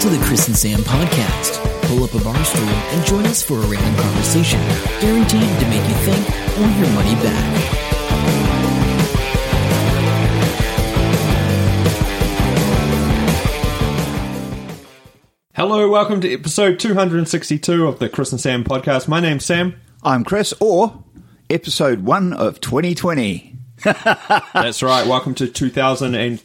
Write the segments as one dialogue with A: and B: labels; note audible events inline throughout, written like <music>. A: to the Chris and Sam podcast. Pull up a bar stool and join us for a random conversation, guaranteed to make you think or your money back.
B: Hello, welcome to episode 262 of the Chris and Sam podcast. My name's
C: <laughs>
B: Sam.
C: I'm Chris, or episode one of 2020.
B: That's right. Welcome to 2020.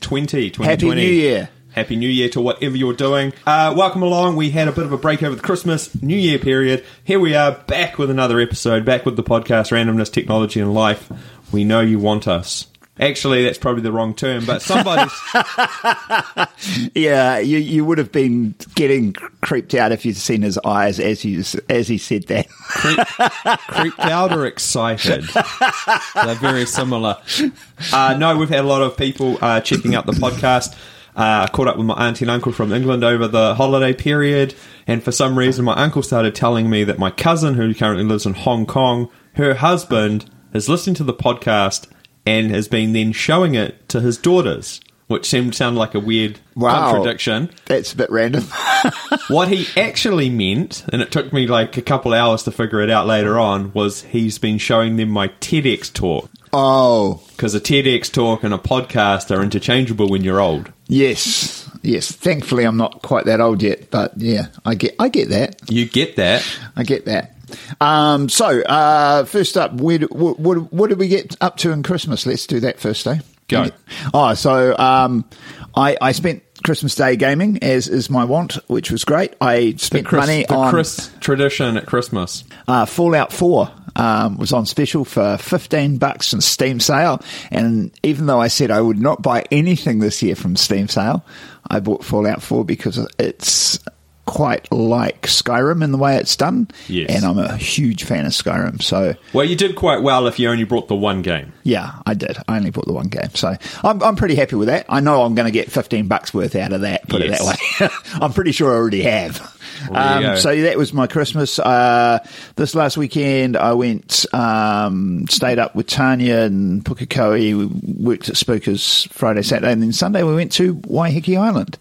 B: 2020.
C: Happy New Year.
B: Happy New Year to whatever you're doing. Uh, welcome along. We had a bit of a break over the Christmas, New Year period. Here we are back with another episode, back with the podcast Randomness, Technology, and Life. We know you want us. Actually, that's probably the wrong term, but
C: <laughs>
B: somebody's.
C: Yeah, you, you would have been getting creeped out if you'd seen his eyes as he, as he said that. <laughs>
B: creeped out or excited. They're very similar. Uh, no, we've had a lot of people uh, checking out the podcast. Uh, I caught up with my auntie and uncle from England over the holiday period, and for some reason, my uncle started telling me that my cousin, who currently lives in Hong Kong, her husband is listening to the podcast and has been then showing it to his daughters, which seemed to sound like a weird
C: Wow.
B: contradiction
C: That's a bit random. <laughs>
B: what he actually meant, and it took me like a couple hours to figure it out later on, was he's been showing them my TEDx talk.
C: Oh,
B: Because a TEDx talk and a podcast are interchangeable when you're old.
C: yes. Yes. Thankfully, I'm not quite that old yet, but yeah, I get, I get that.
B: You get that.
C: I get that. Um, so, uh, first up, where, do- what, what, what did we get up to in Christmas? Let's do that first, eh?
B: Go.
C: Oh, so um, I, I spent Christmas Day gaming, as is my want, which was great. I spent
B: Chris,
C: money
B: the
C: on
B: Chris tradition at Christmas.
C: uh, Fallout 4 um, was on special for 15 bucks in Steam sale. And even though I said I would not buy anything this year from Steam sale, I bought Fallout 4 because it's quite like Skyrim in the way it's done.
B: Yes.
C: And I'm a huge fan of Skyrim. So,
B: Well, you did quite well if you only brought the one game.
C: yeah, I did. I only bought the one game. So I'm, I'm pretty happy with that. I know I'm going to get 15 bucks worth out of that, put
B: Yes.
C: it that way. <laughs> I'm pretty sure I already have.
B: there you go.
C: Um, so that was my Christmas. Uh, this last weekend, I went, um, stayed up with Tanya and Pukekohe. We worked at Spookers Friday, Saturday, and then Sunday we went to Waiheke Island.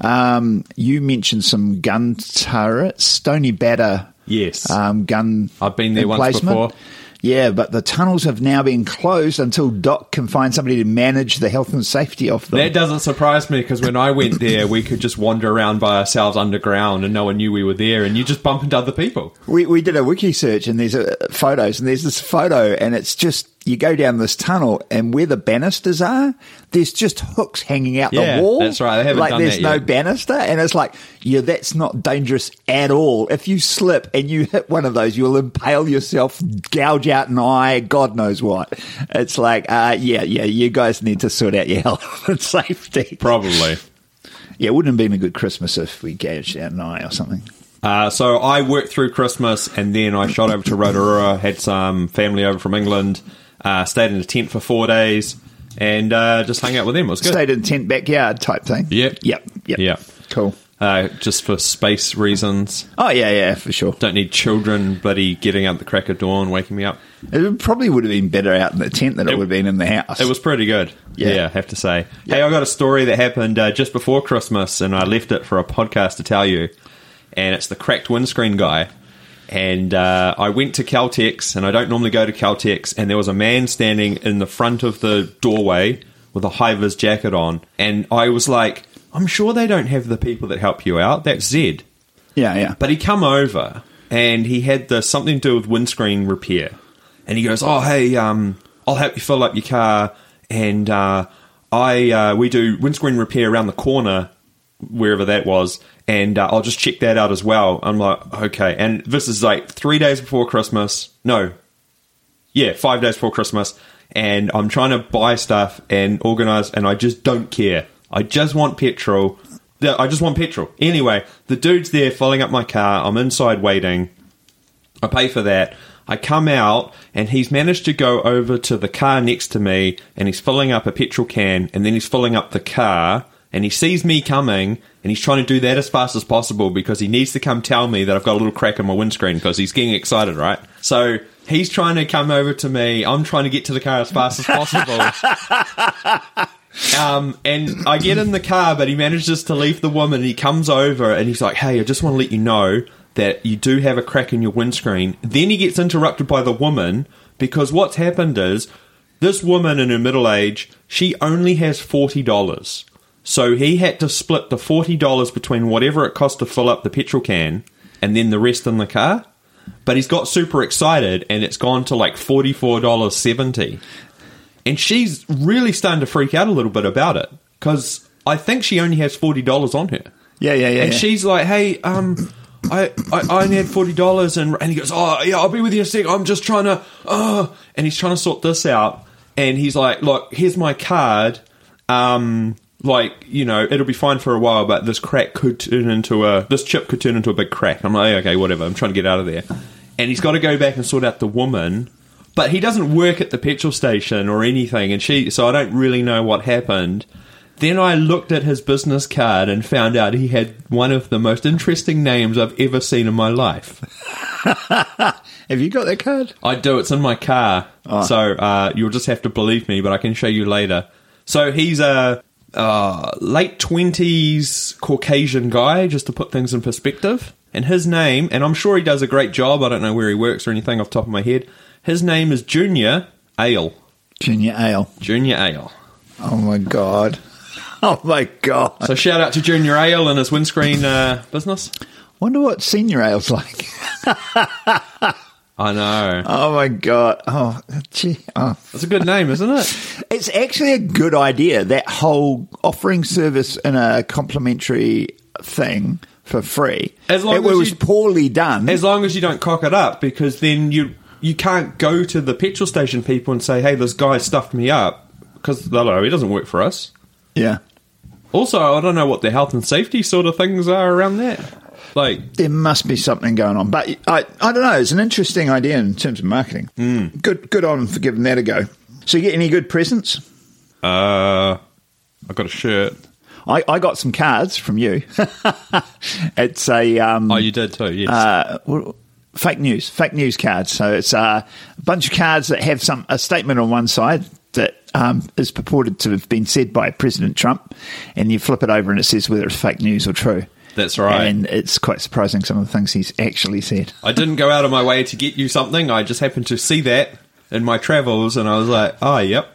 C: Um, you mentioned some gun turrets, Stony Batter
B: Yes.
C: um, gun.
B: I've been there once
C: emplacement.
B: before.
C: Yeah, but the tunnels have now been closed until Doc can find somebody to manage the health and safety of them.
B: that doesn't surprise me because when I went there, we could just wander around by ourselves underground and no one knew we were there, and you just bump into other people.
C: we, we did a wiki search and there's a, photos and there's this photo and it's just you go down this tunnel and where the banisters are, there's just hooks hanging out
B: Yeah,
C: the wall.
B: that's right. They haven't
C: like
B: done
C: there's
B: that
C: no
B: yet.
C: banister and it's like yeah, that's not dangerous at all. If you slip and you hit one of those, you'll impale yourself, gouge out an eye, God knows what. It's like uh, yeah, yeah, you guys need to sort out your <laughs> health and safety.
B: Probably.
C: Yeah, it wouldn't have been a good Christmas if we gouged out an eye or something.
B: Uh, so I worked through Christmas and then I shot over to Rotorua, had some family over from England, uh, stayed in a tent for four days, and uh, just hung out with them. It was good.
C: Stayed in tent backyard type thing.
B: Yep.
C: Yep. Yep.
B: Yeah.
C: Cool.
B: Uh, just for space reasons.
C: Oh yeah, yeah, for sure.
B: Don't need children bloody getting up at the crack of dawn, waking me up.
C: It probably would have been better out in the tent than it, would have been in the house.
B: It was pretty good. Yeah,
C: Yeah.
B: I have to say. Hey, I got a story that happened uh, just before Christmas, and I left it for a podcast to tell you. And it's the cracked windscreen guy. And uh, I went to Caltex, and I don't normally go to Caltex. And there was a man standing in the front of the doorway with a high vis jacket on, and I was like, "I'm sure they don't have the people that help you out. That's Zed."
C: Yeah, yeah.
B: But he come over and he had the something to do with windscreen repair. And he goes, "Oh, hey, um, I'll help you fill up your car, and uh, I uh, we do windscreen repair around the corner, wherever that was, and uh, I'll just check that out as well." I'm like, "Okay." And this is like three days before Christmas. No, yeah, five days before Christmas, and I'm trying to buy stuff and organize, and I just don't care. I just want petrol. Yeah, I just want petrol. Anyway, the dude's there filling up my car. I'm inside waiting. I pay for that. I come out, and he's managed to go over to the car next to me, and he's filling up a petrol can, and then he's filling up the car, and he sees me coming, and he's trying to do that as fast as possible because he needs to come tell me that I've got a little crack in my windscreen because he's getting excited, right? So he's trying to come over to me. I'm trying to get to the car as fast as possible. Um, and I get in the car, but he manages to leave the woman. He comes over and he's like, "Hey, I just want to let you know that you do have a crack in your windscreen." Then he gets interrupted by the woman because what's happened is this woman in her middle age, she only has forty dollars, so he had to split the forty dollars between whatever it cost to fill up the petrol can and then the rest in the car. But he's got super excited, and it's gone to like forty four dollars seventy and she's really starting to freak out a little bit about it because I think she only has forty dollars on her,
C: Yeah, yeah, yeah.
B: and
C: yeah.
B: she's like, "Hey, um, I, I, I only had forty dollars," and and he goes, "Oh, yeah, I'll be with you in a sec. I'm just trying to, uh," and he's trying to sort this out, and he's like, "Look, here's my card, um." Like you know, it'll be fine for a while, but this crack could turn into a this chip could turn into a big crack. I'm like, okay, whatever. I'm trying to get out of there, and he's got to go back and sort out the woman but he doesn't work at the petrol station or anything and she so i don't really know what happened then i looked at his business card and found out he had one of the most interesting names i've ever seen in my life
C: Have you got that card?
B: i do it's in my car so uh, you'll just have to believe me but i can show you later so he's a uh, late 20s caucasian guy just to put things in perspective and his name and i'm sure he does a great job i don't know where he works or anything off the top of my head his name is junior ale
C: Junior Ale.
B: Junior Ale.
C: Oh my god. <laughs> Oh my god.
B: So shout out to Junior Ale and his windscreen uh, business.
C: Wonder what Senior Ale's like. <laughs>
B: I know.
C: Oh my god. Oh, gee. Oh.
B: It's a good name, isn't it?
C: It's actually a good idea. That whole offering service in a complimentary thing for free.
B: As long
C: it
B: as
C: was
B: you-
C: poorly done.
B: As long as you don't cock it up, because then you you can't go to the petrol station people and say, "Hey, this guy stuffed me up," because hello, he doesn't work for us.
C: yeah.
B: Also, I don't know what the health and safety sort of things are around that. Like,
C: There must be something going on. But I, I don't know. It's an interesting idea in terms of marketing.
B: Hmm.
C: Mm. Good, good on for giving that a go. So, you get any good presents?
B: uh, I got a shirt.
C: I, I got some cards from you. <laughs> it's a um,
B: Oh, you did too. Yes.
C: uh, what- fake news, fake news cards. So it's uh, a bunch of cards that have some a statement on one side that um, is purported to have been said by President Trump, and you flip it over and it says whether it's fake news or true.
B: That's right.
C: And it's quite surprising some of the things he's actually said.
B: I didn't go out of my way to get you something. I just happened to see that in my travels, and I was like, "Oh, yep."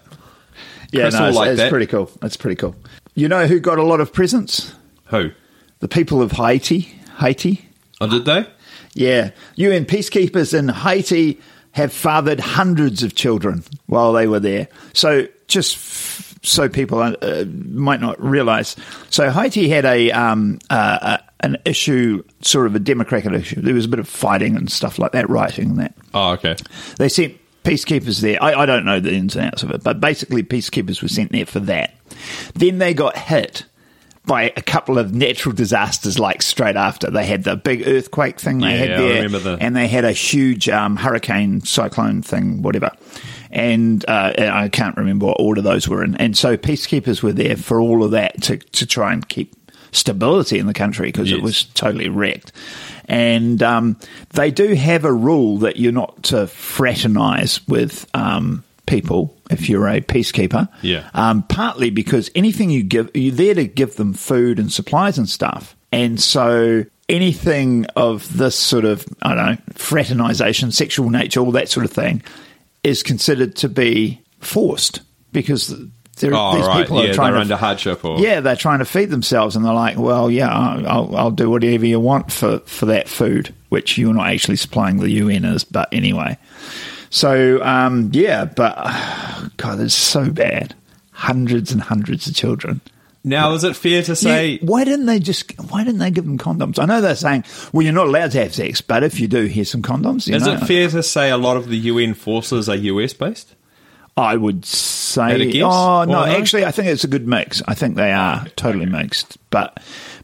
C: Yeah,
B: Chris
C: no,
B: will
C: it's,
B: like
C: it's
B: that.
C: pretty cool. It's pretty cool. You know who got a lot of presents?
B: Who?
C: The people of Haiti. Haiti.
B: Oh, did they?
C: Yeah. UN peacekeepers in Haiti have fathered hundreds of children while they were there. So, just f- so people uh, might not realize. So, Haiti had a, um, uh, a an issue, sort of a democratic issue. There was a bit of fighting and stuff like that, rioting and that
B: Oh, okay.
C: they sent peacekeepers there. I, I don't know the ins and outs of it, but basically peacekeepers were sent there for that. Then they got hit by a couple of natural disasters like straight after they had the big earthquake thing they
B: Yeah,
C: had
B: yeah, I
C: there
B: remember the-
C: and they had a huge um, hurricane cyclone thing whatever and uh, and I can't remember what order those were in and so peacekeepers were there for all of that to, to try and keep stability in the country because it
B: Yes.
C: was totally wrecked. And um, they do have a rule that you're not to fraternize with um, people if you're a peacekeeper.
B: Yeah.
C: Um, partly because anything you give, you're there to give them food and supplies and stuff. And so anything of this sort of, I don't know, fraternization, sexual nature, all that sort of thing is considered to be forced because there,
B: Oh,
C: these
B: right.
C: people
B: Yeah,
C: are trying
B: they're
C: to
B: under hardship or-
C: yeah, they're trying to feed themselves, and they're like, "Well, yeah, I'll, I'll- I'll do whatever you want for, for that food, which you're not actually supplying the UN is, but anyway." So um, yeah, but <sighs> God, it's so bad. Hundreds and hundreds of children.
B: Now, is it fair to
C: You-
B: say?
C: why didn't they just? Why didn't they give them condoms? I know they're saying, "Well, you're not allowed to have sex, but if you do, here's some condoms." You
B: is
C: know?
B: it fair to say a lot of the UN forces are US based?
C: I would say.
B: At a guess?
C: Oh no,
B: Or no?
C: actually, I think it's a good mix. I think they are totally mixed, but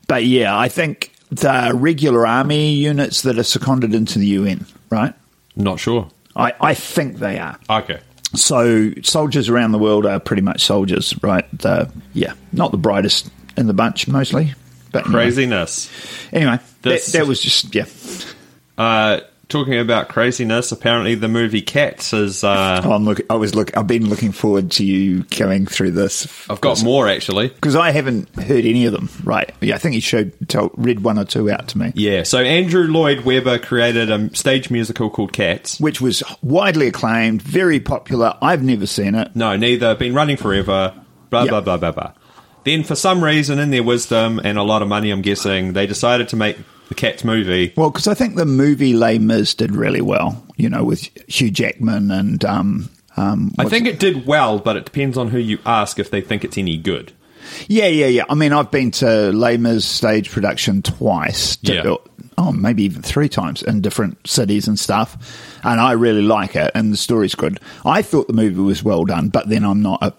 C: but yeah, I think the regular army units that are seconded into the UN, right?
B: Not sure.
C: I, I think they are.
B: Okay.
C: So soldiers around the world are pretty much soldiers, right? The, yeah, not the brightest in the bunch mostly, but anyway.
B: Craziness.
C: Anyway, that,
B: This-
C: that was just yeah.
B: <clears throat> Uh, Talking about craziness, apparently the movie Cats is. Uh,
C: Oh, I'm look. I was look. I've been looking forward to you going through this.
B: I've got more actually.
C: because I haven't heard any of them. Right? Yeah, I think he showed told, read one or two out to me,
B: Yeah, so Andrew Lloyd Webber created a stage musical called Cats.
C: which was widely acclaimed, very popular. I've never seen it.
B: No, neither. Been running forever. Blah
C: Yeah.
B: blah blah blah blah. Then, for some reason, in their wisdom and a lot of money, I'm guessing they decided to make the Cats movie.
C: Well, because I think the movie Les Mis did really well. You know, with Hugh Jackman and um, um,
B: I
C: what's
B: think it did well, but it depends on who you ask if they think it's any good.
C: Yeah, yeah, yeah. I mean, I've been to Lamer's stage production twice. to-
B: Yeah.
C: Oh, maybe even three times in different cities and stuff. And I really like it, and the story's good. I thought the movie was well done, but then I'm not a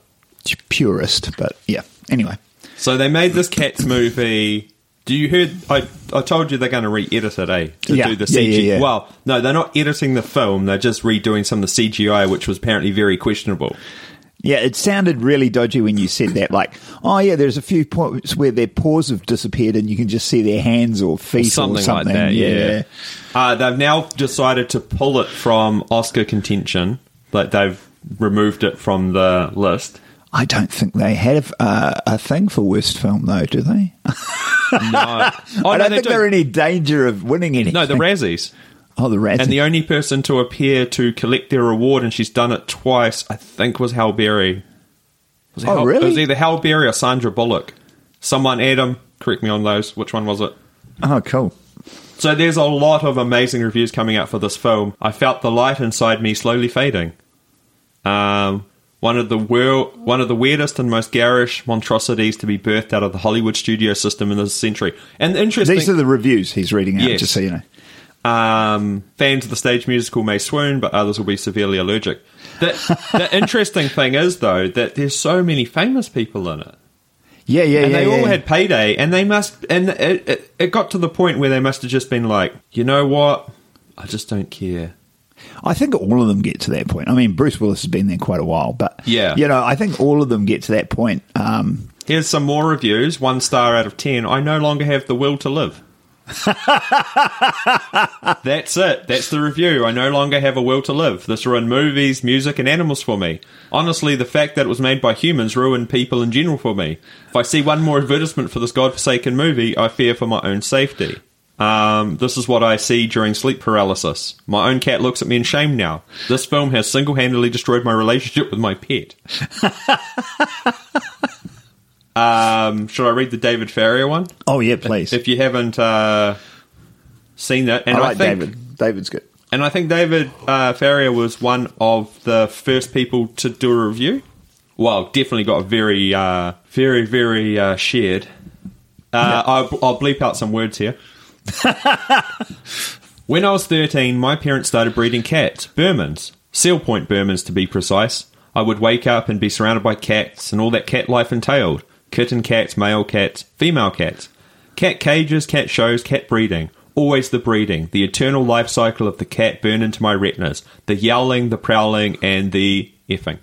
C: purist. But yeah, anyway.
B: So they made this
C: <coughs>
B: Cats movie. Do you heard? I I told you they're going to re-edit it, eh? To
C: Yeah.
B: do the
C: Yeah,
B: CGI.
C: yeah, yeah.
B: Well, no, they're not editing the film. They're just redoing some of the CGI, which was apparently very questionable.
C: Yeah, it sounded really dodgy when you said that. Like, oh yeah, there's a few points where their paws have disappeared, and you can just see their hands or feet or
B: something,
C: something.
B: like that. Yeah,
C: yeah.
B: Uh, they've now decided to pull it from Oscar contention. Like they've removed it from the list.
C: I don't think they have uh, a thing for worst film though, do they?
B: No, Oh,
C: I
B: no,
C: don't
B: they
C: think
B: do.
C: they're in any danger of winning anything.
B: No, the Razzies.
C: Oh, the Razzies.
B: And the only person to appear to collect their award, and she's done it twice, I think was Hal Berry. Was it
C: Oh,
B: Hal-
C: really?
B: It was either Hal Berry or Sandra Bullock. Someone, Adam, correct me on those. Which one was it?
C: oh, cool.
B: So there's a lot of amazing reviews coming out for this film. I felt the light inside me slowly fading. Um, one of the wor- one of the weirdest and most garish monstrosities to be birthed out of the Hollywood studio system in this century. And the interesting,
C: These are the reviews he's reading out,
B: Yes.
C: just so you know.
B: um, fans of the stage musical may swoon, but others will be severely allergic. The,
C: <laughs>
B: the interesting thing is, though, that there's so many famous people in it,
C: Yeah, yeah,
B: and
C: yeah.
B: they
C: yeah.
B: all had payday, and they must, and it, it, it got to the point where they must have just been like, you know what, I just don't care.
C: I think all of them get to that point. I mean, Bruce Willis has been there quite a while, but
B: Yeah.
C: you know, I think all of them get to that point. Um,
B: Here's some more reviews. One star out of ten. I no longer have the will to live. That's it. That's the review. I no longer have a will to live. This ruined movies, music, and animals for me. Honestly, the fact that it was made by humans ruined people in general for me. If I see one more advertisement for this godforsaken movie, I fear for my own safety. Um, this is what I see during sleep paralysis. My own cat looks at me in shame now. This film has single handedly destroyed my relationship with my pet. Um, should I read the David Farrier one?
C: oh yeah, please.
B: If you haven't uh, seen that, and
C: I
B: I,
C: like
B: think,
C: David. David's good.
B: and I think David uh, Farrier was one of the first people to do a review. Well, definitely got a very, uh, very, very uh, shared. Uh, I'll, I'll bleep out some words here. When I was 13, my parents started breeding cats, Burmans, Seal Point Burmans to be precise. I would wake up and be surrounded by cats and all that cat life entailed kitten cats, male cats, female cats. Cat cages, cat shows, cat breeding. Always the breeding, the eternal life cycle of the cat burned into my retinas, the yowling, the prowling, and the effing.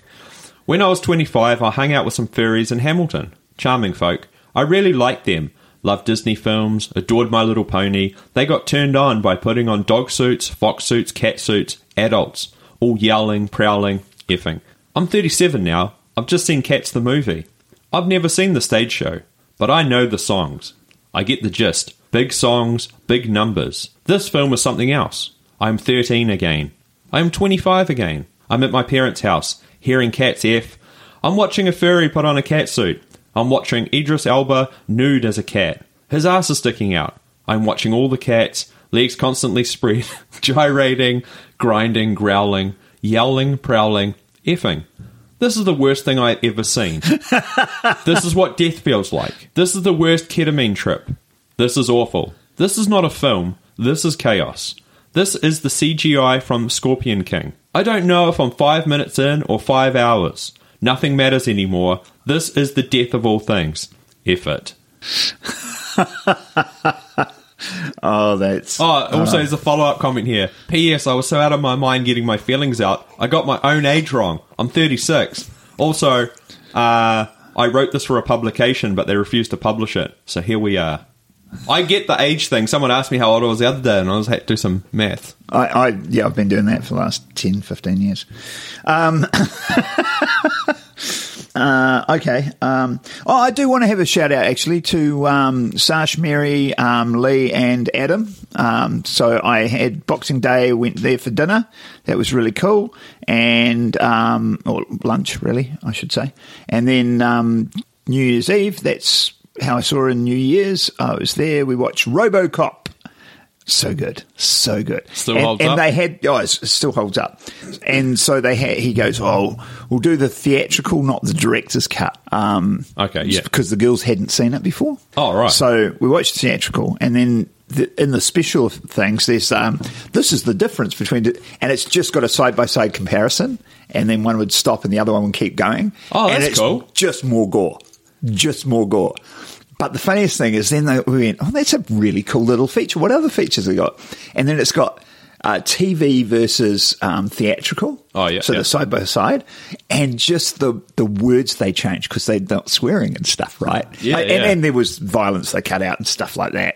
B: When I was 25, I hung out with some furries in Hamilton. Charming folk. I really liked them. Loved Disney films, adored My Little Pony. They got turned on by putting on dog suits, fox suits, cat suits, adults, all yowling, prowling, effing. I'm 37 now. I've just seen Cats the movie. I've never seen the stage show, but I know the songs. I get the gist. Big songs, big numbers. This film is something else. I'm 13 again. I'm 25 again. I'm at my parents' house, hearing Cats F. I'm watching a furry put on a cat suit. I'm watching Idris Elba nude as a cat. His ass is sticking out. I'm watching all the cats, legs constantly <laughs> spread, gyrating, grinding, growling, yowling, prowling, effing. This is the worst thing I have ever seen. This is what death feels like. This is the worst ketamine trip. This is awful. This is not a film. This is chaos. This is the CGI from Scorpion King. I don't know if I'm five minutes in or five hours. Nothing matters anymore. This is the death of all things. Effort.
C: Oh, that's
B: Oh, also, there's a follow up comment here. P.S. I was so out of my mind getting my feelings out. I got my own age wrong. I'm 36. Also, uh, I wrote this for a publication, but they refused to publish it. So here we are. I get the age thing. Someone asked me how old I was the other day, and I was had to do some math.
C: I, I yeah, I've been doing that for the last 10, 15 years. Um, uh, okay. Um, oh, I do want to have a shout out actually to um, Sash, Mary, um, Lee, and Adam. Um, so I had Boxing Day, went there for dinner. That was really cool, and um, or lunch really, I should say. And then um, New Year's Eve. That's how I saw in New Year's. I was there. We watched RoboCop. So good, so good.
D: Still
C: and,
D: holds
C: and
D: up?
C: they had oh, it still holds up. And so they had. He goes, "Oh, we'll do the theatrical, not the director's cut." Um,
D: Okay, yeah.
C: because the girls hadn't seen it before.
D: Oh, right.
C: So we watched the theatrical, and then the, in the special things, there's um, this is the difference between, the, and it's just got a side by side comparison, and then one would stop and the other one would keep going.
D: Oh,
C: and
D: that's
C: it's
D: cool.
C: Just more gore, just more gore. But the funniest thing is, then they, we went, "Oh, that's a really cool little feature." What other features they got? And then it's got uh, TV versus um, theatrical.
D: Oh, yeah,
C: so
D: yeah.
C: the side by side, and just the the words they change because they're not swearing and stuff, right?
D: Yeah,
C: and,
D: yeah.
C: and there was violence they cut out and stuff like that.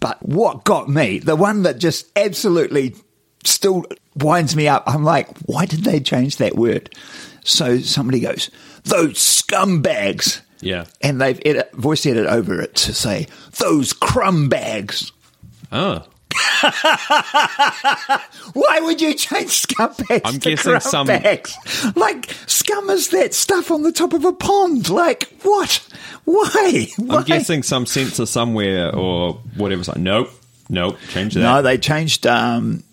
C: But what got me, the one that just absolutely still winds me up, I'm like, why did they change that word? So somebody goes, those scumbags.
D: Yeah.
C: And they've edit, voice edit over it to say, those crumb bags.
D: Oh,
C: <laughs> Why would you change scumbags?
D: I'm
C: to
D: guessing
C: crumb
D: some-
C: bags? <laughs> like scum is that stuff on the top of a pond. Like what? Why? Why?
B: I'm guessing some censor somewhere or whatever's like, nope, nope, change that.
C: No, they changed. Um,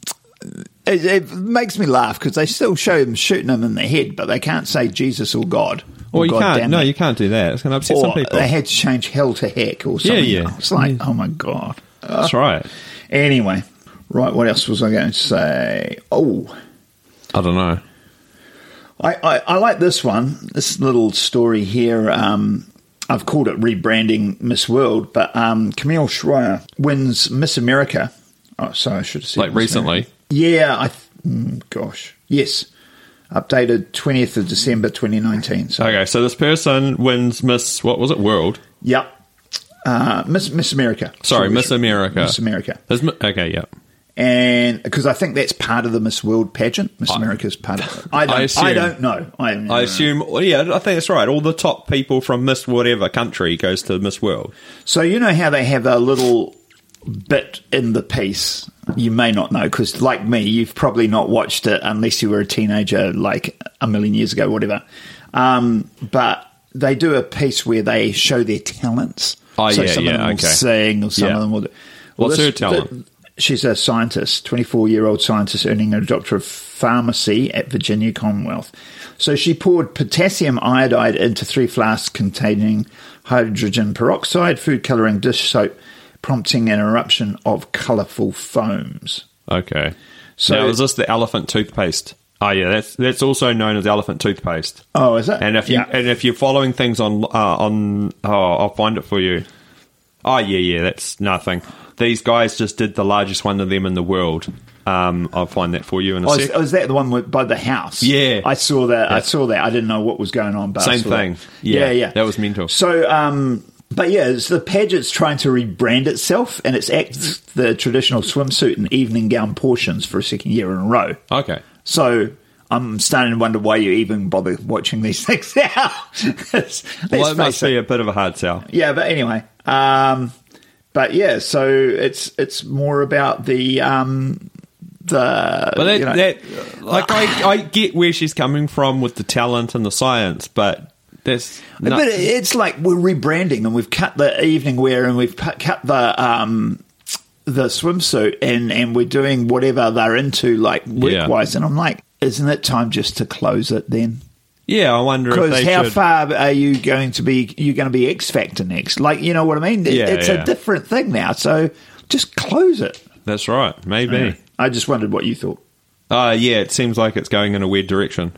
C: it, it makes me laugh because they still show him shooting him in the head, but they can't say Jesus or God.
B: or you
C: God
B: can't.
C: damn
B: No,
C: it.
B: you can't do that. It's going to upset
C: Or
B: some people.
C: they had to change hell to heck or something.
B: yeah.
C: It's like, oh my god.
B: That's right.
C: Anyway, right. What else was I going to say? Oh,
B: I don't know.
C: I, I, I like this one. This little story here. Um, I've called it rebranding Miss World, but um, Camille Schreier wins Miss America. Oh, sorry, I should have said
D: like
C: Miss
D: recently.
C: Yeah, I. Th- mm, gosh, yes. Updated twentieth of December, twenty nineteen. So,
B: Okay, so this person wins Miss what was it? World.
C: yep. Uh, Miss Miss America.
B: Sorry,
C: Should we-
B: Miss America.
C: Miss America,
B: Is mi- okay, yeah.
C: and because I think that's part of the Miss World pageant. Miss America is part
B: <laughs>
C: of. It. I don't. I,
B: assume-
C: don't know. I, am-
B: I assume. well, Yeah, I think that's right. All the top people from Miss whatever country goes to Miss World.
C: So you know how they have a little bit in the piece. You may not know because, like me, you've probably not watched it unless you were a teenager, like a million years ago, whatever. Um, but they do a piece where they show their talents.
D: Oh,
C: so
D: yeah,
C: some
D: yeah,
C: of them
D: okay.
C: will sing, or some
D: Yeah.
C: of them will. Do.
D: What's
C: this-
D: her talent?
C: she's a scientist, 24 year old scientist earning a doctorate of pharmacy at Virginia Commonwealth. So she poured potassium iodide into three flasks containing hydrogen peroxide, food coloring, dish soap, prompting an eruption of colorful foams.
B: Okay.
C: So-
B: So now, is this the elephant toothpaste? Oh yeah, that's that's also known as elephant toothpaste.
C: Oh, is it?
B: And if you
C: Yeah.
B: and if you're following things on uh, on oh, I'll find it for you. Oh yeah, yeah, that's nothing. These guys just did the largest one of them in the world. Um, I'll find that for you in a
C: Oh,
B: sec.
C: is, oh, is that the one with, by the house?
B: Yeah.
C: I saw that. I
B: Yeah.
C: saw that. I didn't know what was going on, but I
B: Same
C: saw that.
B: thing. Yeah,
C: yeah, yeah.
B: that was mental.
C: So, um, but yeah, it's the pageant's trying to rebrand itself, and it's acts the traditional swimsuit and evening gown portions for a second year in a row.
D: Okay.
C: So. I'm starting to wonder why you even bother watching these <laughs> things now. Let's
B: well, it
C: face
B: must
C: it.
B: be a bit of a hard sell.
C: Yeah, but anyway, um, but yeah, so it's it's more about the um, the
B: But that,
C: you know- uh,
B: that like I, I get where she's coming from with the talent and the science, but that's not,
C: But it's like we're rebranding and we've cut the evening wear and we've pu- cut the um, the swimsuit and, and we're doing whatever they're into, like work wise. And I'm like, isn't it time just to close it then?
B: yeah. I wonder if
C: Because
B: they
C: how
B: should.
C: far are you going to be? You're going to be X Factor next, like you know what I mean? It-
B: Yeah,
C: it's
B: yeah.
C: a different thing now, so just close it.
B: that's right. Maybe.
C: I just wondered what you thought.
B: Uh yeah. It seems like it's going in a weird direction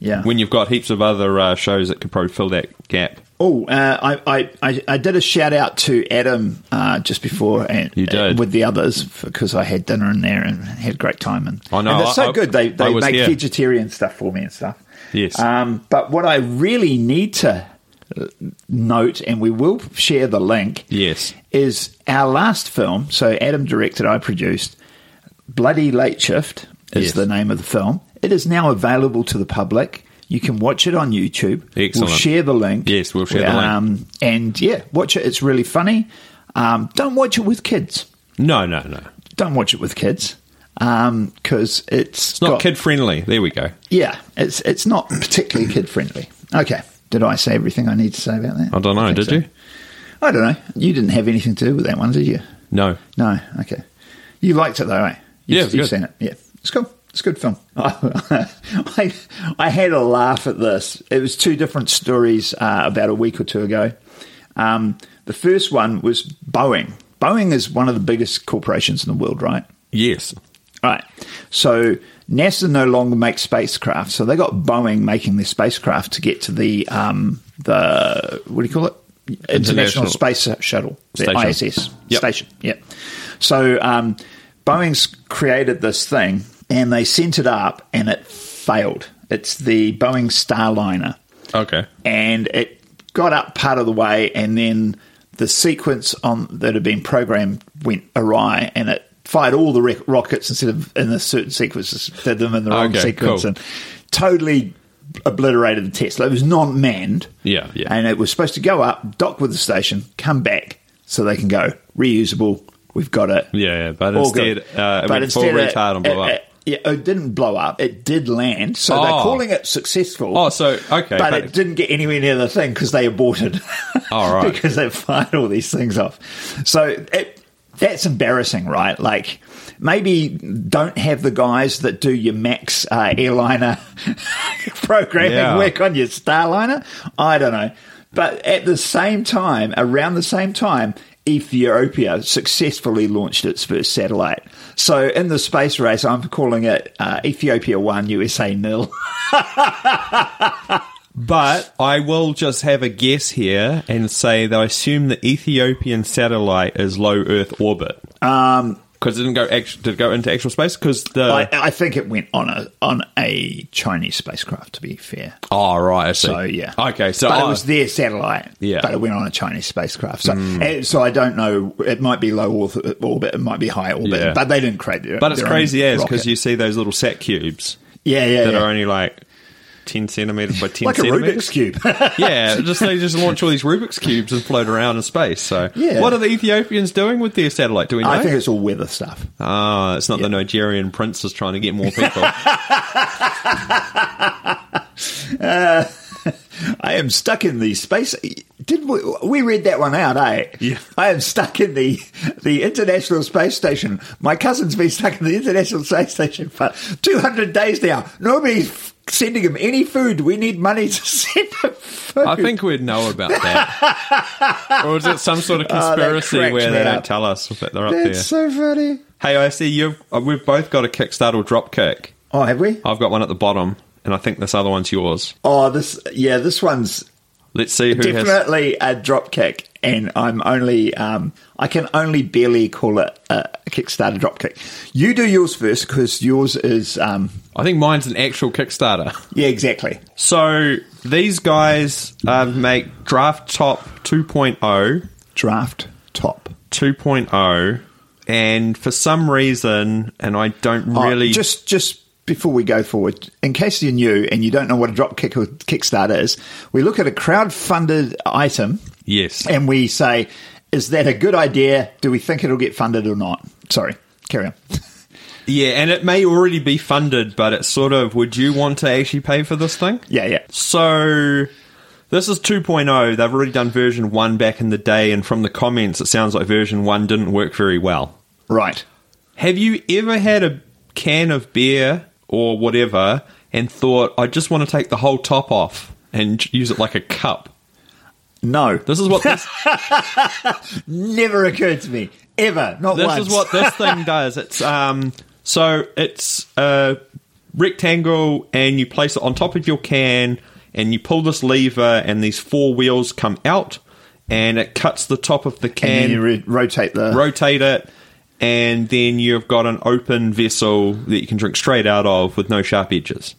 C: Yeah.
B: when you've got heaps of other uh, shows that could probably fill that gap.
C: Oh, uh, I, I, I, I did a shout out to Adam uh, just before and
B: You did.
C: uh, with the others because I had dinner in there and had a great time. And,
B: I know,
C: and it's so
B: I- I-
C: good. They,
B: I
C: they
B: was
C: make
B: here.
C: vegetarian stuff for me and stuff.
B: Yes.
C: Um, but what I really need to uh, note, and we will share the link.
B: Yes.
C: is our last film. So Adam directed, I produced. Bloody Late Shift is
B: Yes.
C: the name of the film. It is now available to the public. You can watch it on YouTube.
B: Excellent.
C: We'll share the link.
B: Yes, we'll share the link.
C: Um, and yeah, watch it. It's really funny. Um, don't watch it with kids.
B: No, no, no. It's
C: Don't watch it with kids because it's, it's
B: not
C: got-
B: kid friendly. There we go.
C: yeah, it's it's not particularly kid friendly. Okay, did I say everything I need to say about that?
B: I don't know,
C: think
B: did you?
C: I don't know. You didn't have anything to do with that one, did you?
B: No.
C: No. Okay. You liked it though, eh? You've,
B: Yeah, it was
C: you've
B: good.
C: seen it. Yeah, it's cool. It's a good film. <laughs> I I had a laugh at this. It was two different stories uh, about a week or two ago. Um, the first one was Boeing. Boeing is one of the biggest corporations in the world, right?
B: Yes.
C: Right. So NASA no longer makes spacecraft, so they got Boeing making their spacecraft to get to the um, the what do you call it? International,
B: International
C: Space Shuttle, the
B: Station.
C: ISS
B: Yep.
C: station. Yep. So um, Boeing's created this thing, and they sent it up, and it failed. It's the Boeing Starliner
B: Okay.
C: and it got up part of the way, and then the sequence on that had been programmed went awry, and it fired all the rec- rockets instead of in a certain sequence, it did them in the wrong
B: Okay,
C: sequence,
B: cool.
C: and totally obliterated the Tesla. It was non manned,
B: Yeah, yeah.
C: and it was supposed to go up, dock with the station, come back, so they can go reusable. We've got it.
B: Yeah, yeah, but
C: All
B: instead,
C: good.
B: uh, it went full
C: it-
B: retard and blew
C: it-
B: up.
C: it- yeah, it didn't blow up. It did land, so they're
B: Oh.
C: calling it successful.
B: Oh, so- okay,
C: but,
B: but-
C: it didn't get anywhere near the thing because they aborted. <laughs>
B: Oh, right.
C: because they fired all these things off. So it, that's embarrassing, right? Like maybe don't have the guys that do your Max uh, airliner <laughs> programming
B: Yeah.
C: work on your Starliner. I don't know, but at the same time, around the same time. Ethiopia successfully launched its first satellite. So, in the space race, I'm calling it uh, Ethiopia 1, USA nil.
B: But I will just have a guess here and say that I assume the Ethiopian satellite is low Earth orbit. Um, because it didn't go act- did it go into actual space? Because the
C: I, I think it went on a on a Chinese spacecraft. To be fair,
B: oh right, I see.
C: so yeah,
B: okay, so
C: but
B: I-
C: it was their satellite.
B: Yeah. Hmm.
C: but it went on a Chinese spacecraft. So, and- so I don't know. It might be low orth- orbit. It might be high orbit.
B: Yeah.
C: But they didn't create their.
B: but it's
C: their own
B: crazy as because
C: rocket.
B: you see those little sat cubes
C: yeah yeah,
B: that
C: yeah.
B: are only like ten centimeters by ten
C: like a Rubik's
B: centimeters.
C: cube.
B: <laughs>
C: <laughs>
B: yeah, just they just launch all these Rubik's cubes and float around in space. So
C: Yeah.
B: what are the Ethiopians doing with their satellite? Do we know?
C: I think it's all weather stuff.
B: Ah, it's not the Nigerian prince is trying to get more
C: <laughs>
B: people.
C: I am stuck in the space. Did we, we read that one out? Eh?
B: Yeah.
C: I am stuck in the the International Space Station. My cousin's been stuck in the International Space Station for two hundred days now. Nobody's f- sending him any food. We need money to <laughs> send him food.
B: I think we'd know about that. or is it some sort
C: <laughs>
B: of
C: Oh, that
B: conspiracy
C: cracked
B: where
C: me
B: they don't
C: up.
B: tell us that they're up
C: that's
B: there?
C: so funny.
B: hey, I see you've uh, we've both got a Kickstarter drop kick.
C: Oh, have we?
B: I've got one at the bottom, and I think this other one's yours.
C: Oh, this yeah, this one's
B: Let's see who has.
C: definitely a drop kick, and I'm only um, I can only barely call it a Kickstarter drop kick. You do yours first because yours is um,
B: I think mine's an actual Kickstarter.
C: yeah, exactly.
B: So these guys uh, make Draft Top oh, 2.0.
C: draft top.
B: 2.0 oh, and for some reason and i don't
C: Oh,
B: really
C: just just before we go forward, in case you're new and you don't know what a drop kick or Kickstarter is, we look at a crowdfunded item
B: yes
C: and we say, is that a good idea? Do we think it'll get funded or not? Sorry, carry on. <laughs>
B: yeah and it may already be funded but it's sort of would you want to actually pay for this thing
C: Yeah, yeah.
B: so this is 2.0 they've already done version 1 back in the day and from the comments it sounds like version 1 didn't work very well
C: Right.
B: have you ever had a can of beer or whatever and thought i just want to take the whole top off and use it like a cup
C: No,
B: this is what this
C: never occurred to me ever. Not
B: this
C: once.
B: is what this thing does. It's um, so it's a rectangle, and you place it on top of your can, and you pull this lever, and these four wheels come out, and it cuts the top of the
C: and then
B: can,
C: you re- uh, rotate the
B: rotate it, and then you've got an open vessel that you can drink straight out of with no sharp edges.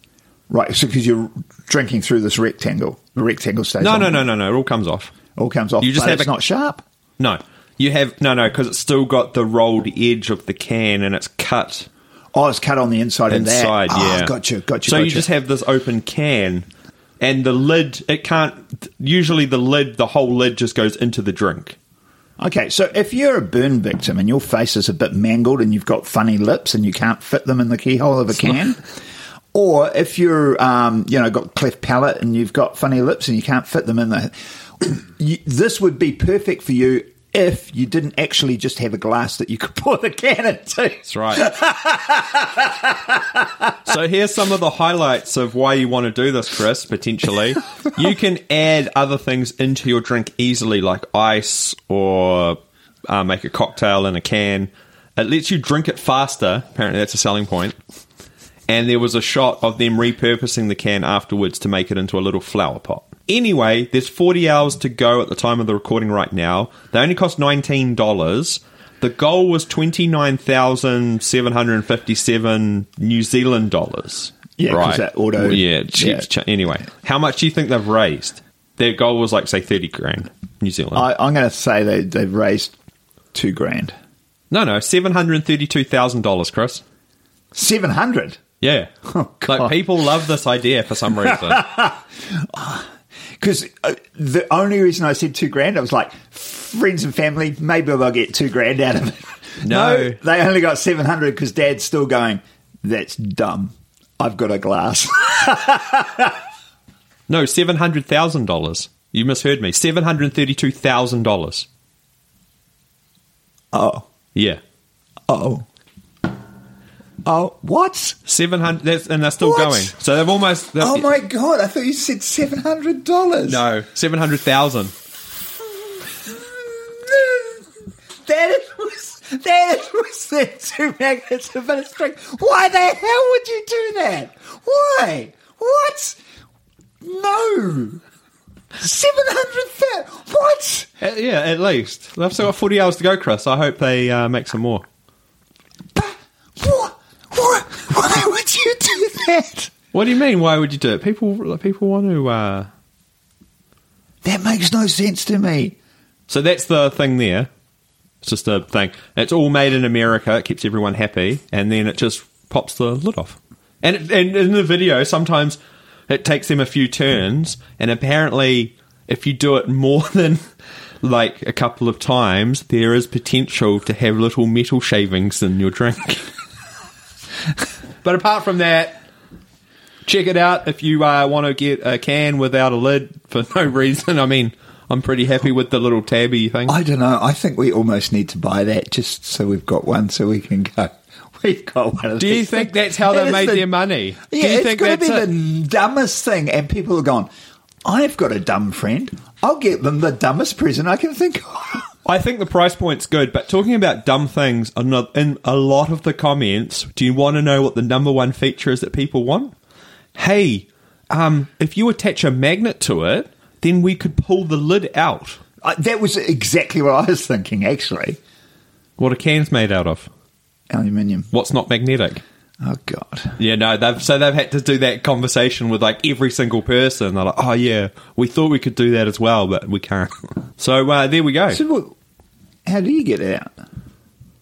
C: right. So because you're drinking through this rectangle. The rectangle stays
B: No,
C: on.
B: no, no, no, no. It all comes off.
C: All comes off.
B: You just
C: but
B: have
C: it's
B: a-
C: not sharp.
B: No, you have no, no, because it's still got the rolled edge of the can, and it's cut
C: Oh, it's cut on the inside,
B: inside.
C: of that. Oh,
B: yeah,
C: gotcha, gotcha.
B: So you
C: gotcha.
B: just have this open can, and the lid. It can't. Usually, the lid, the whole lid, just goes into the drink.
C: Okay, so if you're a burn victim and your face is a bit mangled and you've got funny lips and you can't fit them in the keyhole of a can, or if you're, um, you know, got cleft palate and you've got funny lips and you can't fit them in the, <clears throat> you, this would be perfect for you if you didn't actually just have a glass that you could <laughs> pour the can into.
B: That's
C: <laughs>
B: right. so here's some of the highlights of why you want to do this, Chris. Potentially, you can add other things into your drink easily, like ice or uh, make a cocktail in a can. It lets you drink it faster. Apparently, that's a selling point. And there was a shot of them repurposing the can afterwards to make it into a little flower pot. Anyway, there's 40 hours to go at the time of the recording right now. They only cost $19. The goal was 29,757 New Zealand dollars.
C: Yeah, 'cause that auto-
B: Yeah, it
C: yeah.
B: keeps cha- anyway, how much do you think they've raised? Their goal was like say 30 grand New Zealand.
C: I, I'm going to say they, they've raised two grand.
B: no, no, $732,000, Chris.
C: 700?
B: Yeah.
C: Oh, God.
B: like people love this idea for some reason.
C: <laughs> Because uh, the only reason I said two grand, I was like, friends and family, maybe they'll get two grand out of it. <laughs>
B: No.
C: they only got 700 because dad's still going, that's dumb. I've got a glass. <laughs>
B: No, seven hundred thousand dollars. You misheard me. Seven hundred thirty-two thousand dollars.
C: oh,
B: Yeah,
C: oh. Oh, what?
B: seven hundred. That's, and they're still
C: What?
B: going. So they've almost. they've-
C: Oh my God, I thought you said $700.
B: No, seven hundred thousand.
C: That was, <laughs> that was the two magnets of a string. Why the hell would you do that? Why? What? No. 700,000. What?
B: yeah, at least they've still got forty hours to go, Chris. I hope they uh, make some more.
C: What? What? Why would you do that?
B: What do you mean? Why would you do it? People, people want to. Uh...
C: That makes no sense to me.
B: So that's the thing there. It's just a thing. It's all made in America. It keeps everyone happy, and then it just pops the lid off. And it, and in the video, sometimes it takes them a few turns, and apparently, if you do it more <laughs> than like a couple of times, there is potential to have little metal shavings in your drink. <laughs> but apart from that. Check it out if you uh, want to get a can without a lid for <laughs> no reason. I mean, I'm pretty happy with the little tabby thing.
C: I don't know. I think we almost need to buy that just so we've got one so we can go. <laughs> We've got one of
B: Do you
C: these
B: think
C: things.
B: that's how
C: That
B: they
C: is
B: made
C: the-
B: their money?
C: Yeah,
B: Do you
C: it's
B: think
C: going
B: that's
C: to be
B: it?
C: the dumbest thing, and people are gone. I've got a dumb friend. I'll get them the dumbest present I can think of. <laughs>
B: I think the price point's good, but talking about dumb things, ano- in a lot of the comments, do you want to know what the number one feature is that people want? Hey, um, if you attach a magnet to it, then we could pull the lid out.
C: Uh, that was exactly what I was thinking, actually.
B: What a can's made out of?
C: Aluminium.
B: What's not magnetic?
C: Oh God.
B: Yeah, no, they've so they've had to do that conversation with like every single person. They're like, oh yeah, we thought we could do that as well, but we can't. <laughs> So uh, there we go.
C: So, what, how do you get it out?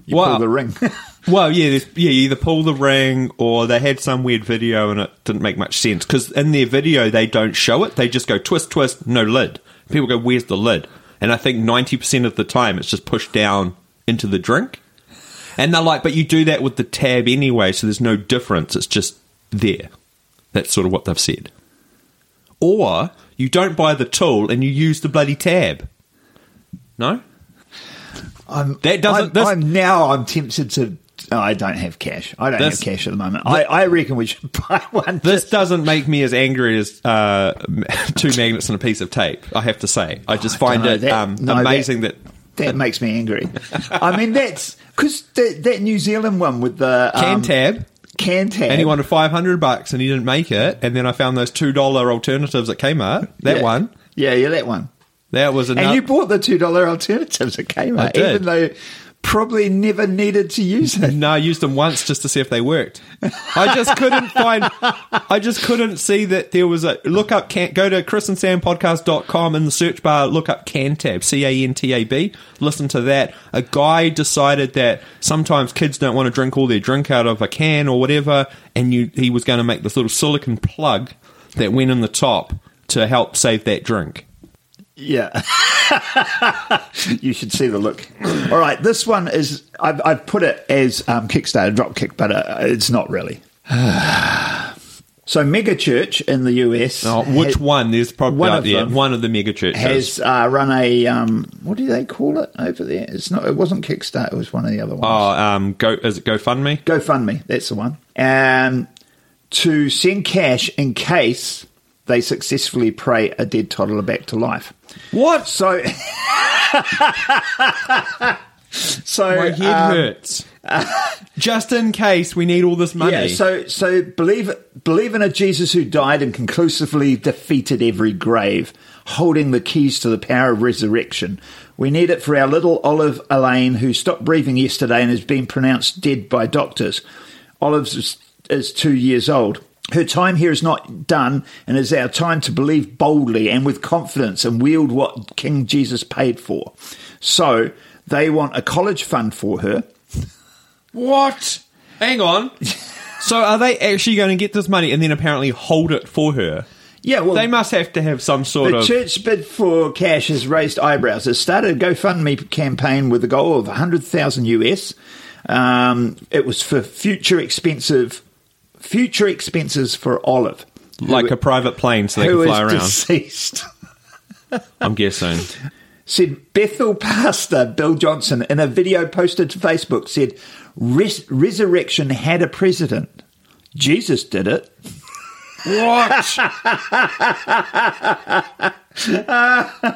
C: You
B: Well-
C: pull the ring. <laughs>
B: Well, yeah, there's- yeah. You either pull the ring, or they had some weird video and it didn't make much sense because in their video they don't show it. They just go twist, twist, no lid. People go, "Where's the lid?" And I think ninety percent of the time it's just pushed down into the drink, and they're like, "But you do that with the tab anyway, so there's no difference. It's just there." That's sort of what they've said. Or you don't buy the tool and you use the bloody tab. No,
C: I'm,
B: That doesn't-
C: I'm,
B: this-
C: I'm now. I'm tempted to. oh, I don't have cash. I don't
B: This-
C: have cash at the moment. I, I reckon we should <laughs> buy one.
B: This
C: just-
B: doesn't make me as angry as uh, <laughs> two magnets and a piece of tape. I have to say, I just
C: I
B: find
C: dunno,
B: it
C: that-
B: um,
C: no,
B: amazing that,
C: That makes me angry. I mean, that's because that, that New Zealand one with the
B: can
C: um,
B: tab
C: can tab.
B: and he wanted five hundred bucks and he didn't make it. And then I found those two dollar alternatives at Kmart. That
C: Yeah.
B: one,
C: Yeah, yeah, that one.
B: that was
C: And
B: another.
C: you bought the two dollar alternatives at Kmart,
B: I did.
C: even though probably never needed to use it.
B: No, I used them once just to see if they worked. I just couldn't find. I just couldn't see that there was a look up. Can, go to chrisandsampodcast.com in the search bar. Look up Cantab. C A N T A B. Listen to that. A guy decided that sometimes kids don't want to drink all their drink out of a can or whatever, and you, he was going to make this little silicon plug that went in the top to help save that drink.
C: Yeah. <laughs> you should see the look. All right, this one is, I've, I've put it as um, Kickstarter Dropkick, but uh, it's not really. <sighs> so, Megachurch in the US.
B: Oh, which
C: ha-
B: one? There's probably
C: one
B: out
C: of
B: there,
C: them
B: one of the mega churches.
C: Has uh, run a um, what do they call it over there? It's not. It wasn't Kickstarter. It was one of the other ones.
B: oh, um, go is it GoFundMe?
C: GoFundMe. That's the one. Um, to send cash in case they successfully pray a dead toddler back to life.
B: What?
C: So, <laughs> so
B: My head
C: um,
B: hurts. <laughs> Just in case we need all this money.
C: yeah. So, so believe believe in a Jesus who died and conclusively defeated every grave, holding the keys to the power of resurrection. We need it for our little Olive Elaine, who stopped breathing yesterday and has been pronounced dead by doctors. Olive's is, is two years old. Her time here is not done, and is our time to believe boldly and with confidence and wield what King Jesus paid for. So they want a college fund for her.
B: what? Hang on. <laughs> so are they actually going to get this money and then apparently hold it for her?
C: Yeah, well,
B: They must have to have some sort
C: The
B: of.
C: church bid for cash has raised eyebrows. It started a GoFundMe campaign with a goal of 100,000 US. Um, it was for future expensive, future expenses for Olive,
B: like a private plane so they
C: who
B: can
C: is
B: fly around.
C: deceased.
B: I'm
C: <laughs>
B: guessing.
C: Said Bethel pastor Bill Johnson in a video posted to Facebook said, "Res- "Resurrection had a president. Jesus did it." <laughs>
B: What?
C: Uh,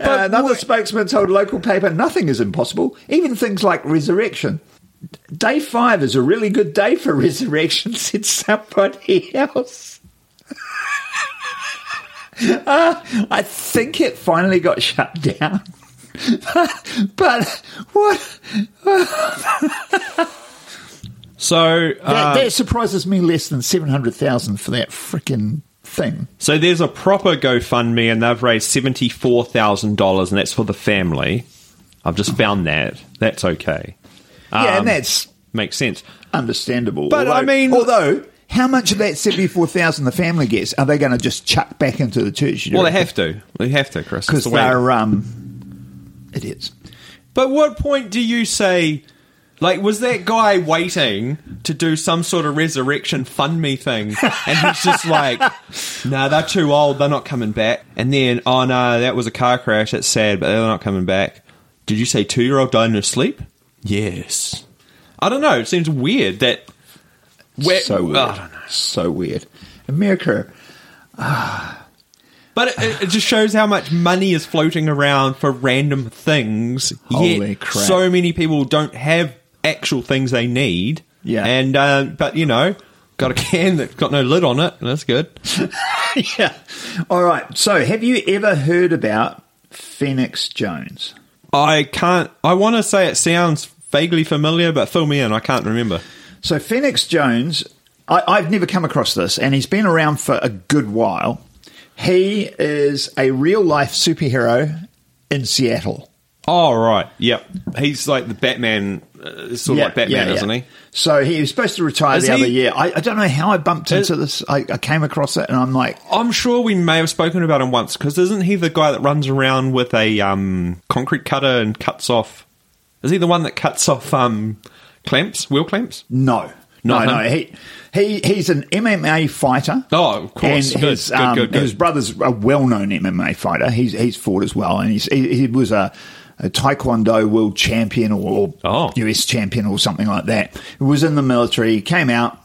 C: another spokesman told local paper nothing is impossible, even things like resurrection. Day five is a really good day for resurrection, <laughs> said somebody else. Uh, I think it finally got shut down. <laughs> but what?
B: So,
C: That,
B: uh,
C: that surprises me less than 700,000 for that freaking thing.
B: so there's a proper GoFundMe, and they've raised seventy four thousand dollars, and that's for the family. I've just found that. That's okay.
C: yeah,
B: Um,
C: and that's
B: makes sense.
C: understandable.
B: But,
C: although,
B: I mean-
C: although how much of that seventy-four thousand the family gets are they going to just chuck back into the church?
B: Well, they have to. They have to, Chris. It's
C: because
B: the way-
C: they're um, idiots.
B: But what point do you say, like, was that guy waiting to do some sort of resurrection fund me thing? And he's just like, <laughs> nah, they're too old, they're not coming back. And then, oh no, that was a car crash, that's sad, but they're not coming back. Did you say two year old died in his sleep? Yes. I don't know, it seems weird that. Where,
C: so weird.
B: I don't know.
C: So weird.
B: <laughs>
C: America.
B: But it- it, it just shows how much money is floating around for random things.
C: Holy
B: yet
C: crap.
B: So many people don't have actual things they need.
C: Yeah.
B: And uh, but you know, got a can that's got no lid on it. and That's good.
C: yeah. All right. So, have you ever heard about Phoenix Jones?
B: I can't. I want to say it sounds vaguely familiar, but fill me in. I can't remember.
C: So Phoenix Jones, I, I've never come across this, and he's been around for a good while. He is a real life superhero in Seattle.
B: Oh right. Yep. He's like the Batman. Uh, sort of like Batman, isn't he?
C: So he was supposed to retire
B: Is
C: the other
B: he-
C: year. I, I don't know how I bumped
B: Is-
C: into this. I, I came across it, and I'm like,
B: I'm sure we may have spoken about him once because isn't he the guy that runs around with a um, concrete cutter and cuts off? Is he the one that cuts off um, clamps, wheel clamps?
C: no,
B: Not
C: no, no.
B: him.
C: He he he's an MMA fighter.
B: Oh, of course.
C: And
B: Good,
C: his,
B: good,
C: um,
B: good, good.
C: his brother's a well-known MMA fighter. He's he's fought as well, and he's, he, he was a, a Taekwondo world champion or, or
B: Oh.
C: US champion or something like that. He was in the military, came out.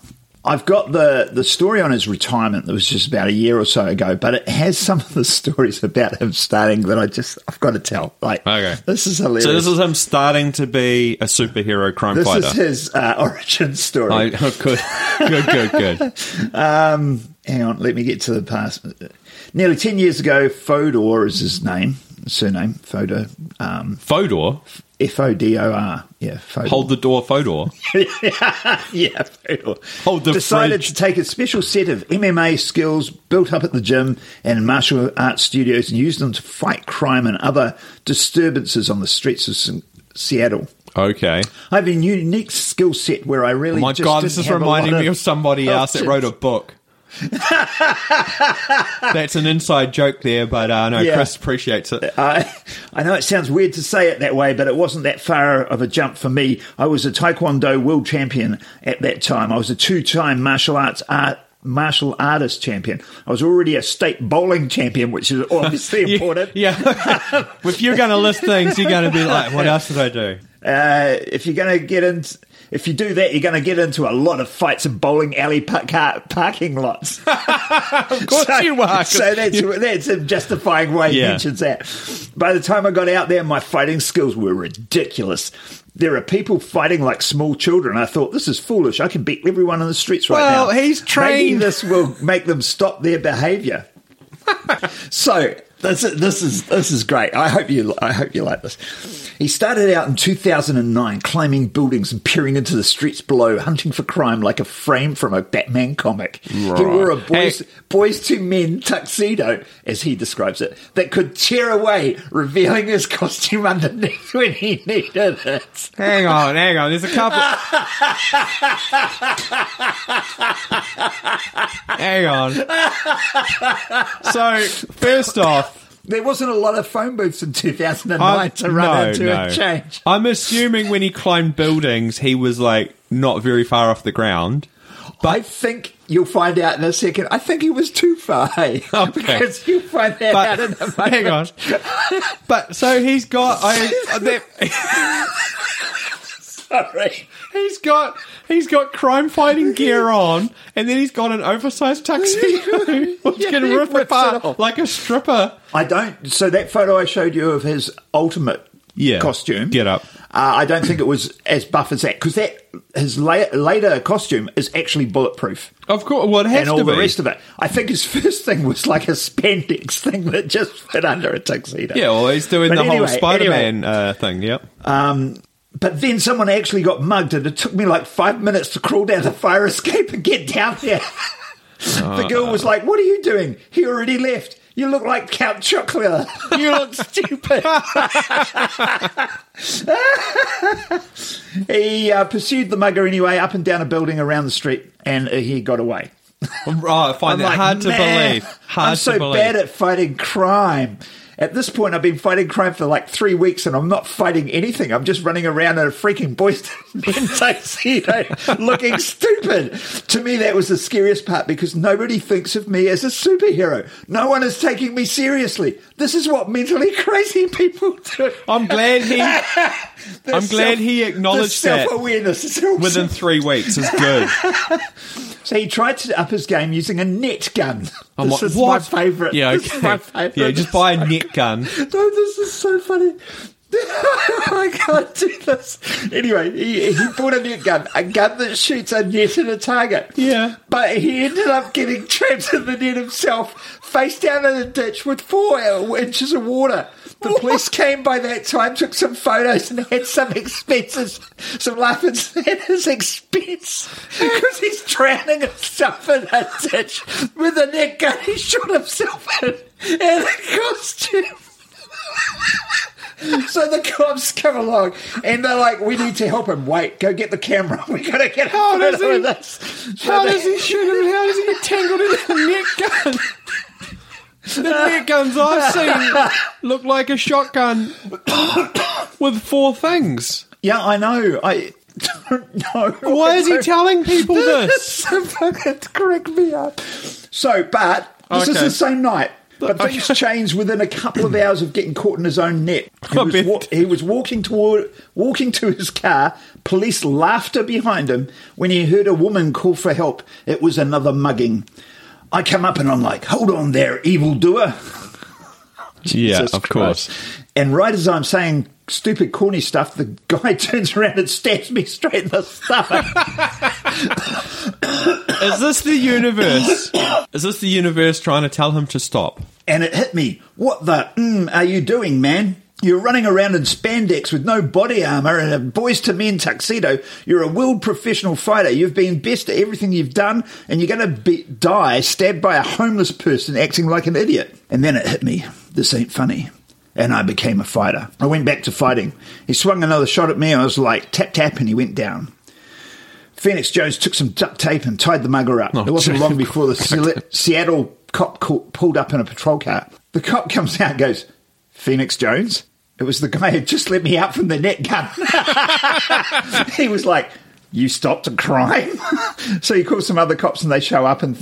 C: I've got the the story on his retirement that was just about a year or so ago, but it has some of the <laughs> stories about him starting that I just I've got to tell. Like,
B: Okay.
C: this is hilarious.
B: So this is him starting to be a superhero crime
C: This is
B: fighter.
C: his uh, <laughs> origin story.
B: I, oh, good, good, good, good.
C: Um, hang on, let me get to the past. Nearly 10 years ago, Fodor is his name, surname, Fodor. Um,
B: Fodor.
C: F O D O R. Yeah, Fodor.
B: Hold the door, Fodor.
C: yeah, Fodor.
B: Hold the
C: Decided
B: fridge.
C: to take a special set of MMA skills built up at the gym and martial arts studios and use them to fight crime and other disturbances on the streets of S- Seattle.
B: Okay.
C: I have a unique skill set where I really.
B: Oh My
C: just
B: God,
C: didn't
B: this is
C: have a
B: reminding
C: lot
B: me of somebody else that wrote a
C: <laughs>
B: book. That's an inside joke there, but uh, no,
C: Yeah.
B: Chris appreciates it.
C: I, I know it sounds weird to say it that way, but it wasn't that far of a jump for me. I was a Taekwondo world champion at that time. I was a two-time martial arts art, martial artist champion. I was already a state bowling champion, which is <laughs> obviously important.
B: <laughs> Yeah. if you're going to list things, you're going to be like, what else did I do?
C: Uh, if you're going to get in, if you do that, you're going to get into a lot of fights in bowling alley pa- car- parking lots.
B: <laughs> Of course
C: so,
B: you are.
C: So that's that's a justifying way he
B: Yeah.
C: mentions that. By the time I got out there, my fighting skills were ridiculous. There are people fighting like small children. I thought this is foolish. I can beat everyone in the streets right now.
B: Well, he's
C: Maybe
B: trained.
C: this will make them stop their behaviour. so this is, this is this is great. I hope you I hope you like this. He started out in 2009 climbing buildings and peering into the streets below, hunting for crime like a frame from a Batman comic. He wore a boys
B: Hey.
C: boys to men tuxedo, as he describes it, that could tear away, revealing his costume underneath <laughs> when he needed it.
B: Hang on, hang on. There's a couple. <laughs> hang on. So, first off,
C: <laughs> There wasn't a lot of phone booths in 2009
B: I-
C: to run into
B: Uh, no.
C: and change.
B: I'm assuming when he climbed buildings, he was like not very far off the ground.
C: I think you'll find out in a second. I think he was too far, <laughs> hey?
B: Okay.
C: Because you'll find that
B: But
C: <laughs> out in a moment.
B: hang on. But so he's got.
C: <laughs>
B: I, that,
C: Sorry.
B: he's got. He's got crime fighting gear on, and then he's got an oversized tuxedo, <laughs> which
C: <laughs> Yeah,
B: can
C: he
B: rip
C: rips it
B: apart
C: off.
B: like a stripper.
C: I don't. So that photo I showed you of his ultimate
B: Yeah.
C: costume.
B: Get up.
C: Uh, I don't think it was as buff as that because that his la- later costume is actually bulletproof
B: Of course, well, it has
C: and all
B: to
C: the
B: be.
C: rest of it. I think his <laughs> first thing was like a spandex <laughs> thing that just fit under a tuxedo.
B: yeah, well, he's doing
C: But
B: the whole
C: anyway-
B: Spider-Man
C: anyway,
B: uh, thing. Yep.
C: But then someone actually got mugged, and it took me like five minutes to crawl down the fire escape and get down there. <laughs> the girl was like, "What are you doing? He already left. You look like Count Chocula. <laughs> You look stupid." <laughs> he uh, pursued the mugger anyway, up and down a building around the street, and he got away.
B: Right, oh, I find that
C: I'm like,
B: hard to
C: "Man,
B: believe. Hard
C: I'm so
B: to believe.
C: bad at fighting crime. At this point, I've been fighting crime for like three weeks, and I'm not fighting anything. I'm just running around in a freaking boys <laughs> men tuxedo, looking stupid. To me, that was the scariest part because nobody thinks of me as a superhero. No one is taking me seriously. This is what mentally crazy people do.
B: <laughs> I'm glad he
C: Their
B: I'm glad he acknowledged
C: their
B: that.
C: self-awareness is awesome. <laughs>
B: within three weeks is good.
C: So he tried to up his game using a net gun.
B: I'm
C: this
B: like,
C: is
B: what?
C: my favorite.
B: Yeah, okay.
C: This is my favorite.
B: Yeah, just buy a net gun.
C: No, this is so funny. <laughs> I can't do this. Anyway, he, he bought a net gun, a gun that shoots a net at a target.
B: Yeah.
C: But he ended up getting trapped in the net himself, face down in a ditch with four inches of water. The police came by that time, took some photos, and had some expenses, some laughs at his expense because he's drowning himself in a ditch with a net gun. He shot himself in, in a costume. So the cops come along and they're like, "We need to help him. Wait, go get the camera. <laughs> We gotta get a
B: How does
C: photo
B: he-
C: of this." So
B: How
C: they-
B: does he shoot him? How does he get tangled in the net gun? The net guns I've seen look like a shotgun with four things.
C: Yeah, I know. I don't <laughs> know.
B: Why is he
C: So-
B: telling people this?
C: so fucking crack me up. So, but this is
B: Okay.
C: the same night. But
B: Okay.
C: things changed within a couple of hours of getting caught in his own net. He
B: I
C: was,
B: bet.
C: wa- he was walking toward, walking to his car. Police laughter behind him when he heard a woman call for help. It was another mugging. I come up and I'm like, "Hold on there, evildoer!"
B: Yeah,
C: Jesus Christ. And right as I'm saying stupid, corny stuff, the guy <laughs> turns around and stabs me straight in the stomach. <laughs>
B: Is this the universe? Is this the universe trying to tell him to stop?
C: and it hit me. What the mm, are you doing, man? You're running around in spandex with no body armor and a boys to men tuxedo. You're a world professional fighter. You've been best at everything you've done, and you're going to be, die stabbed by a homeless person acting like an idiot. And then it hit me. This ain't funny. And I became a fighter. I went back to fighting. He swung another shot at me. I was like, tap, tap, and he went down. Phoenix Jones took some duct tape and tied the mugger up. it wasn't long before the Se- Seattle cop ca- pulled up in a patrol car. The cop comes out and goes, Phoenix Jones? It was the guy who just let me out from the net gun. <laughs> he was like, you stopped a crime? <laughs> so he calls some other cops and they show up and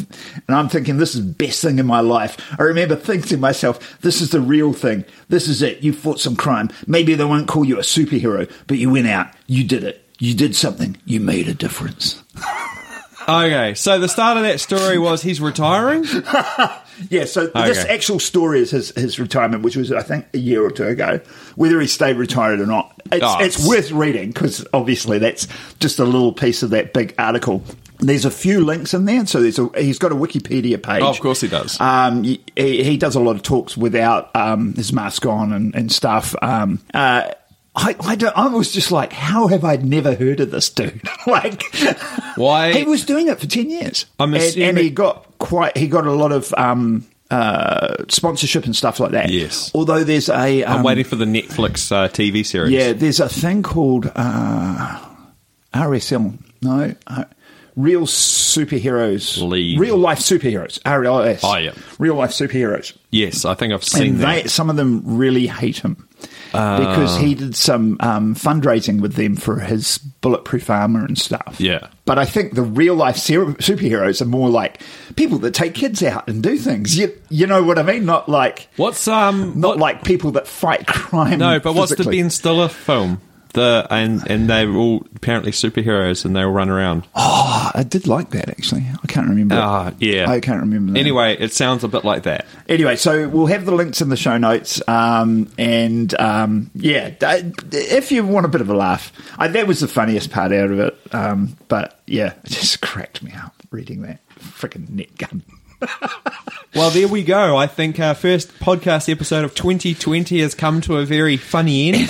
C: and I'm thinking this is the best thing in my life. I remember thinking to myself, this is the real thing. This is it. You fought some crime. Maybe they won't call you a superhero, but you went out. You did it. You did something. You made a difference.
B: Okay, so the start of that story was he's retiring.
C: Yeah, so this
B: Okay.
C: actual story is his, his retirement, which was, I think, a year or two ago. Whether he stayed retired or not, it's,
B: Oh,
C: it's,
B: it's-
C: worth reading because obviously that's just a little piece of that big article. There's a few links in there, so there's a, he's got a Wikipedia page.
B: Oh, of course he does.
C: Um, he, he does a lot of talks without um, his mask on and, and stuff. Um, uh, I, I, don't, I was just like, how have I never heard of this dude? <laughs> like,
B: Why-
C: he was doing it for ten years?
B: I'm
C: And- and
B: assuming-
C: he got quite he got a lot of um, uh, sponsorship and stuff like that.
B: Yes.
C: Although there's a um,
B: I'm waiting for the Netflix uh, TV series.
C: yeah, there's a thing called uh, RSL. No, uh, real superheroes.
B: League.
C: Real life superheroes. RLS.
B: Oh, yeah.
C: Real life superheroes.
B: Yes, I think I've seen
C: And
B: that.
C: they, some of them really hate him because he did some um, fundraising with them for his bulletproof armor and stuff.
B: Yeah.
C: But I think the real life ser- superheroes are more like people that take kids out and do things. You, you know what I mean? Not like
B: What's um?
C: not
B: what-
C: like people that fight <laughs> crime.
B: no, but what's the
C: Um, physically.
B: Ben Stiller film? The and and they're all apparently superheroes and they all run around.
C: Oh, I did like that actually. I can't remember.
B: Ah, yeah.
C: I can't remember. That.
B: Anyway, it sounds a bit like that.
C: anyway, so we'll have the links in the show notes. Um, and um, yeah, d- if you want a bit of a laugh, I, that was the funniest part out of it. Um, but yeah, it just <laughs> cracked me up reading that freaking net gun.
B: Well, there we go. I think our first podcast episode of 2020 has come to a very funny end.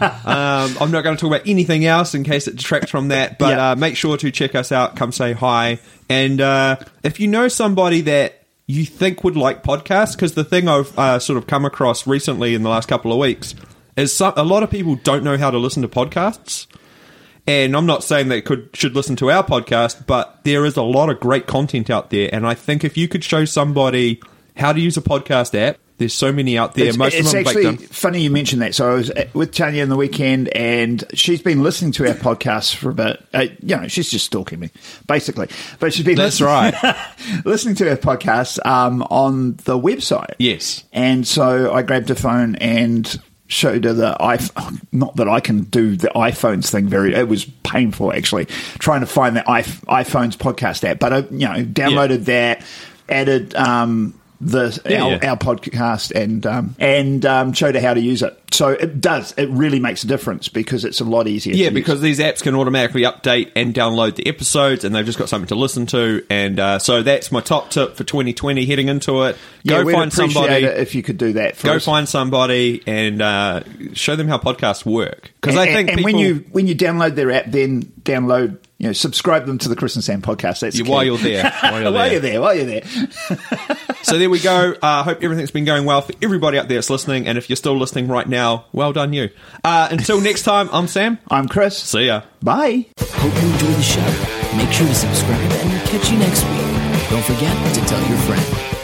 B: um, I'm not going to talk about anything else in case it detracts from that, but
C: Yeah.
B: uh, make sure to check us out. Come say hi. And uh, if you know somebody that you think would like podcasts, because the thing I've uh, sort of come across recently in the last couple of weeks is some, a lot of people don't know how to listen to podcasts. And I'm not saying they could should listen to our podcast, but there is a lot of great content out there. And I think if you could show somebody how to use a podcast app, there's so many out there.
C: It's,
B: Most
C: it's
B: of them baked
C: actually
B: in.
C: funny you mentioned that. So I was at- with Tanya in the weekend, and she's been listening to our <laughs> podcast for about, uh, you know, she's just stalking me, basically. But she's been
B: That's
C: listening- <laughs>
B: right.
C: listening to our podcast um, on the website.
B: Yes.
C: And so I grabbed her phone and showed her the iPhone. Not that I can do the iPhones thing very. It was painful actually trying to find the iPh- iPhones podcast app. But I, you know, downloaded that, added um, the
B: Yeah,
C: our,
B: yeah.
C: our podcast, and um, and um, showed her how to use it. So it does. It really makes a difference because it's a lot easier. to
B: Yeah,
C: use.
B: because these apps can automatically update and download the episodes, and they've just got something to listen to. And uh, so that's my top tip for 2020 heading into it.
C: yeah,
B: go
C: we'd
B: find
C: appreciate
B: somebody.
C: it if you could do that. For
B: Go
C: us.
B: find somebody and uh, show them how podcasts work. Because I
C: And-
B: think
C: and
B: people,
C: when you when you download their app, then download you know subscribe them to the Chris and Sam podcast. That's
B: Yeah,
C: key.
B: while you're
C: <laughs>
B: there, while you're
C: while
B: there.
C: you're there, while you're there.
B: So there we go. I uh, hope everything's been going well for everybody out there that's listening. And if you're still listening right now, well done you. Uh, until next time, I'm Sam.
C: I'm Chris.
B: See ya.
C: Bye.
A: Hope you enjoy the show. Make sure to subscribe and we'll catch you next week. Don't forget to tell your friend.